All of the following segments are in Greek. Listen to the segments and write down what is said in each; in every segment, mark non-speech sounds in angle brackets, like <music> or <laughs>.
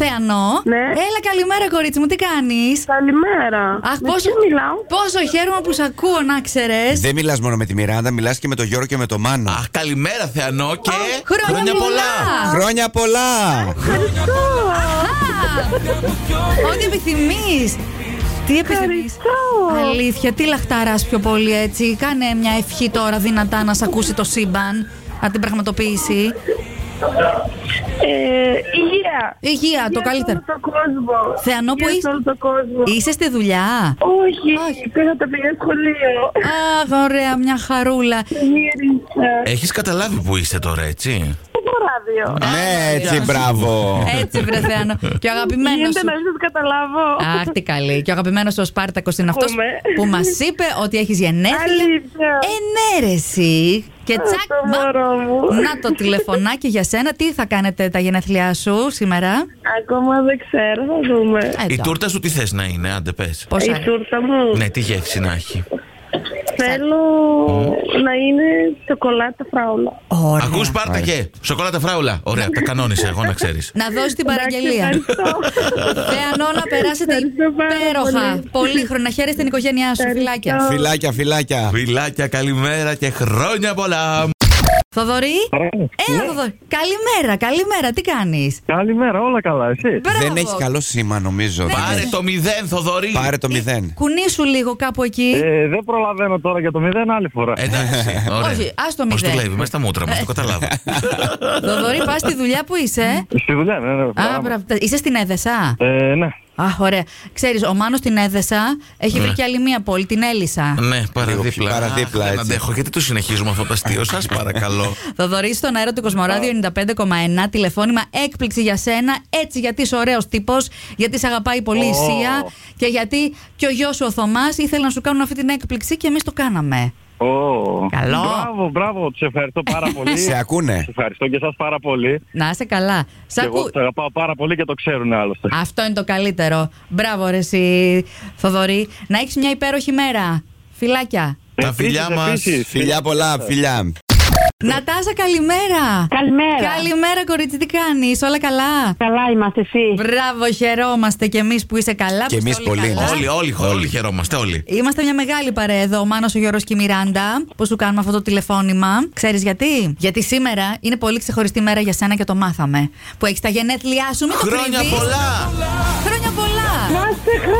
Θεανό. Ναι. Έλα, καλημέρα, κορίτσι μου, τι κάνεις. Καλημέρα. Αχ, Με πόσο, ποιον μιλάω. πόσο χαίρομαι που σ' ακούω, να ξέρεις. Δεν μιλάς μόνο με τη Μιράντα, μιλάς και με τον Γιώργο και με τον Μάνο. Αχ, καλημέρα Θεανό και. Ε, Χρόνια, πολλά! Χρόνια πολλά! Ευχαριστώ. Ό,τι επιθυμείς. Τι επιθυμείς. Ευχαριστώ. Αλήθεια, τι λαχταράς πιο πολύ έτσι. Κάνε μια ευχή τώρα δυνατά να σ' ακούσει το σύμπαν. Να την πραγματοποιήσει. Ε, υγεία. Υγεία, το Υγεία καλύτερο. σε όλο τον κόσμο. Θεανό που Υγεία σε είσαι. όλο τον κόσμο. Είσαι στη δουλειά. Όχι, Όχι. πήγα το πήγα σχολείο. Αχ, ωραία, μια χαρούλα. Ε. Γύρισα. Ε, Έχεις καταλάβει που είσαι τώρα, έτσι. Το ράδιο. Ναι, έτσι, μπράβο! Ε, Έτσι, βρε Θεάνο. Και ο αγαπημένος Γίνεται σου. να μην σας καταλάβω. Αχ, τι καλή. Και ο αγαπημένος ο Σπάρτακος είναι αυτός Πούμε. που μας είπε ότι έχεις γενέθλια. Αλήθεια. Ενέρεση. Και Α, ε, τσακ, το μπα. μωρό μου. Να το τηλεφωνάκι για σένα. Τι θα κάνετε τα γενέθλιά σου σήμερα. Ακόμα δεν ξέρω, θα δούμε. Ε, Η τώρα. τούρτα σου τι θες να είναι, άντε πε. Πώς Η άρεσε. τούρτα μου Ναι, τι γεύση να έχει. θέλω να είναι σοκολάτα φράουλα. Ωραία. Ακούς Σπάρτακε, σοκολάτα φράουλα. Ωραία, τα κανόνισα εγώ να ξέρεις. Να δώσεις την παραγγελία. Εντάξει, <laughs> ευχαριστώ. Θεανό να περάσετε Ευχαριστώ πάρα υπέροχα. πολύ. Πολύχρονα. Χαίρεστε την οικογένειά σου. Ευχαριστώ. Φιλάκια. Φιλάκια, φιλάκια! Φιλάκια, καλημέρα και χρόνια πολλά. Θοδωρή. Έλα, Θοδωρή. Καλημέρα, καλημέρα. Τι κάνεις. Καλημέρα, όλα καλά, εσύ. Δεν έχει καλό σήμα, νομίζω. Δεν Πάρε έχει. το μηδέν, Θοδωρή. Πάρε το μηδέν. Κουνήσου λίγο κάπου εκεί. Ε, δεν προλαβαίνω τώρα για το μηδέν άλλη φορά. Ε. Εντάξει. Ωραία. Όχι, ας το Πώς μηδέν. Ε. το λέει, μέσα στα μούτρα μας, το καταλάβω. Θοδωρή, πας στη δουλειά που είσαι. Στη δουλειά, ναι, ναι. Α, πράγμα. μπράβο. Είσαι στην Έδεσα. Ε, ναι. Α, ωραία. Ξέρεις, ο Μάνος στην Έδεσα έχει βρει και άλλη μία πόλη, την Έλισσα. ναι, παραδίπλα. πιο παραδίπλα, Αχ, Δεν έτσι. αντέχω, γιατί το συνεχίζουμε αυτό το αστείο, σας παρακαλώ. Θοδωρή στον αέρα του Κοσμοράδιο 95,1 τηλεφώνημα έκπληξη για σένα. Έτσι γιατί είσαι ωραίος τύπος, γιατί σε αγαπάει πολύ η Ω. Σία και γιατί και ο γιος σου ο Θωμάς ήθελε να σου κάνουν αυτή την έκπληξη και εμείς το κάναμε. Ω. Καλό. Μπράβο, μπράβο, τους ευχαριστώ <laughs> πάρα πολύ. Σε ακούνε. Τους ευχαριστώ και εσά πάρα πολύ. Να είσαι καλά. Σ' Και ακού- εγώ τους αγαπάω πάρα πολύ και το ξέρουν άλλωστε. Αυτό είναι το καλύτερο. Μπράβο, ρε, εσύ, Θοδωρή. Να έχεις μια υπέροχη μέρα. Φιλάκια. Τα Ε, Επίσης, φιλιά μας. επίσης. Φιλιά πολλά, φιλιά. Νατάσα, καλημέρα. Καλημέρα. Καλημέρα, κορίτσι, τι κάνεις, όλα καλά. Καλά είμαστε εσύ. Μπράβο, χαιρόμαστε κι εμείς που είσαι καλά. Κι που εμείς είστε όλοι πολύ. ναι. καλά. Όλοι, όλοι, όλοι χαιρόμαστε, όλοι. Είμαστε μια μεγάλη παρέα εδώ, ο Μάνος, ο Γιώργος και η Μιράντα, που σου κάνουμε αυτό το τηλεφώνημα. Ξέρεις γιατί? Γιατί σήμερα είναι πολύ ξεχωριστή μέρα για σένα και το μάθαμε. Που έχεις τα γενέθλιά σου, μην το Χρόνια κρύβεις. πολλά! Χρόνια πολλά! Να είστε καλά.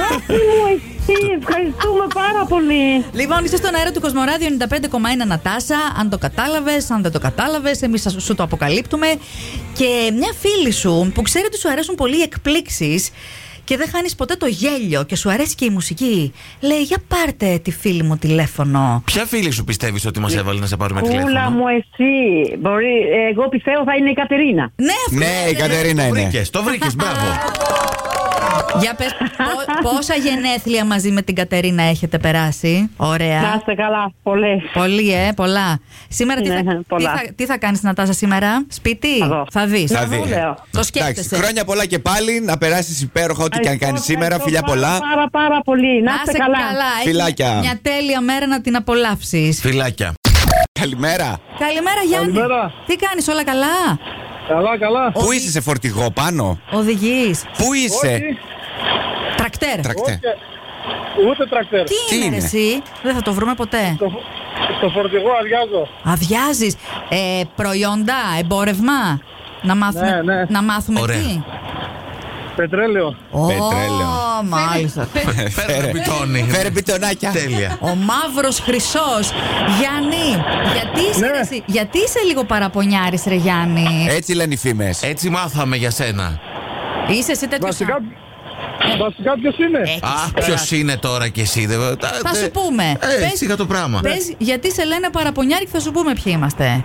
Λάθη μου εσύ. Ευχαριστούμε πάρα πολύ. Λοιπόν, είσαι στον αέρα του Κοσμοράδιο 95,1 Νατάσα. Αν το κατάλαβες, αν δεν το κατάλαβες, εμείς σου το αποκαλύπτουμε. Και μια φίλη σου που ξέρει ότι σου αρέσουν πολύ οι εκπλήξεις και δεν χάνεις ποτέ το γέλιο και σου αρέσει και η μουσική. Λέει, για πάρτε τη φίλη μου τηλέφωνο. Ποια φίλη σου πιστεύεις ότι μας έβαλε να σε πάρουμε Κούλα τηλέφωνο. μου εσύ. Μπορεί, ε, εγώ πιστεύω θα είναι η Κατερίνα. Ναι, αυτό Ναι, η Κατερίνα Το είναι. βρήκες, το βρήκες, μπράβο. <laughs> Για πες πο- πόσα γενέθλια μαζί με την Κατερίνα έχετε περάσει. Να Ωραία. είστε καλά. Πολλές. Πολύ, ε, πολλά. Σήμερα τι, Ναι, θα, τι, πολλά. θα, τι θα κάνεις Νατάσα σήμερα, σπίτι, Θα δω. θα δεις. Θα δεις. Βέβαια. Το Εντάξει, σκέφτεσαι. χρόνια πολλά και πάλι, να περάσεις υπέροχα ό,τι και αν κάνεις σήμερα. Φιλιά πολλά. Πάρα πάρα πολύ. Να Να είστε είσαι καλά. Έχεις Φιλάκια. μια- Μια τέλεια μέρα να την απολαύσεις. Φιλάκια. Καλημέρα. Καλημέρα Γιάννη. Καλημέρα. Τι κάνεις όλα καλά. Καλά, καλά. Πού είσαι σε φορτηγό πάνω, Οδηγείς. Πού είσαι, Τρακτέρ. Τρακτέ. Ούτε τρακτέρ. Τι, Τι είναι, ρε είναι? εσύ. Δεν θα το βρούμε ποτέ. Στο φορτηγό αδειάζω. Αδειάζεις ε, προϊόντα, εμπόρευμα. Να μάθουμε, Ναι, ναι. Να μάθουμε Ωραία. τι. Πετρέλαιο. Ω, Πετρέλαιο. Μάλιστα. Φέρε πιτόνι. Ε, Φέρε πιτονάκια. Τέλεια. Ο μαύρος χρυσός. Γιάννη, γιατί είσαι, Ναι. ρε εσύ- γιατί είσαι λίγο παραπονιάρης, Ρε Γιάννη. Έτσι λένε οι φήμες. Έτσι μάθαμε για σένα. Είσαι εσύ τέτοιο. Ε, Βασικά, βασικά ποιος είναι. Ε, Α, ποιος είναι τώρα κι εσύ. δεν- τα- Θα δε- σου πούμε. Ε, Πες- σιγά το πράγμα. Ναι. Πες, γιατί σε λένε παραπονιάρη και θα σου πούμε ποιοι είμαστε.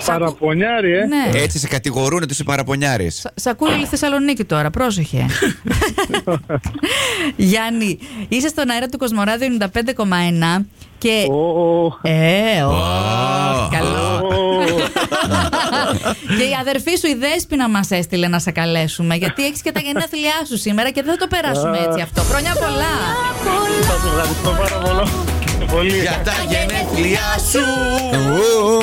Σ' ακού- Παραπονιάρι, ε. Ναι. Έτσι σε κατηγορούν ότι είσαι παραπονιάρης. Σ- Σ' ακούει όλη η Θεσσαλονίκη τώρα, <laughs> πρόσεχε. Γιάννη, είσαι στον αέρα του Κοσμοράδιο 95,1 και. Ω, Ε, ω, Ω, καλό. ω. και η αδερφή σου, η Δέσποινα, μας έστειλε να σε καλέσουμε. Γιατί έχεις και τα γενέθλιά σου σήμερα και δεν θα το περάσουμε έτσι αυτό. Χρόνια πολλά. Σας ευχαριστώ πάρα πολύ. πολύ. Για τα γενέθλιά σου. Ε,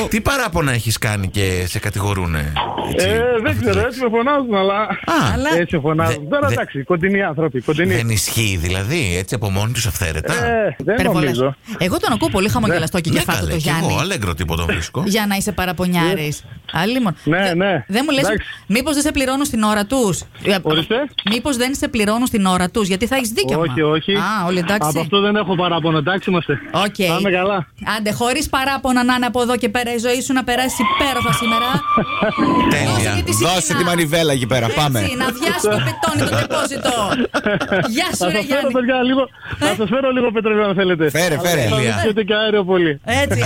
Ου, Τι παράπονα έχεις κάνει και σε κατηγορούνε. έτσι? Ε, δεν ξέρω, έτσι με φωνάζουν, αλλά. Α, Αλλά- Έτσι με φωνάζουν. Δε- Τώρα δε- εντάξει, κοντινοί άνθρωποι. Κοντινοί. δεν ισχύει δηλαδή, έτσι από μόνοι τους αυθαίρετα. Ε, δεν Υπερβολές. νομίζω. Εγώ τον ακούω πολύ χαμογελαστό και Ναι, κεφάτο καλέ, το κι Γιάννη. εγώ αλέγκρο τίποτα βρίσκω. Για να είσαι παραπονιάρης. Αλλήμον. Ναι, Δε- ναι. Δεν μου λες, Εντάξει. μήπως δεν σε πληρώνουν στην ώρα τους. Ορίστε. Μήπως δεν σε πληρώνουν στην ώρα τους, γιατί θα έχεις δίκιο. Όχι, όχι. Α, όλοι εντάξει. Από αυτό δεν έχω παράπονο, εντάξει είμαστε. Οκ. Πάμε καλά. Άντε, χωρίς παράπονα να είναι από εδώ και πέρα η ζωή σου να περάσει υπέροχα <laughs> σήμερα. Τέλεια. τη Δώσε σιτήνα. τη μανιβέλα εκεί πέρα. Έτσι, Πάμε. να βιάσει το πετόνι το <laughs> τεπόζιτο. <laughs> Γεια σου, Θα ρε σας φέρω, Γιάννη. Ε. παιδιά, λίγο, θα σας φέρω λίγο πετρελαίο αν θέλετε. Φέρε, φέρε. Θα δείξετε και αέριο πολύ. <laughs> Έτσι.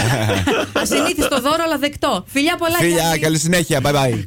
Ασυνήθιστο δώρο, αλλά δεκτό. Φιλιά πολλά, Φίλια, Γιάννη. καλή συνέχεια. Bye bye.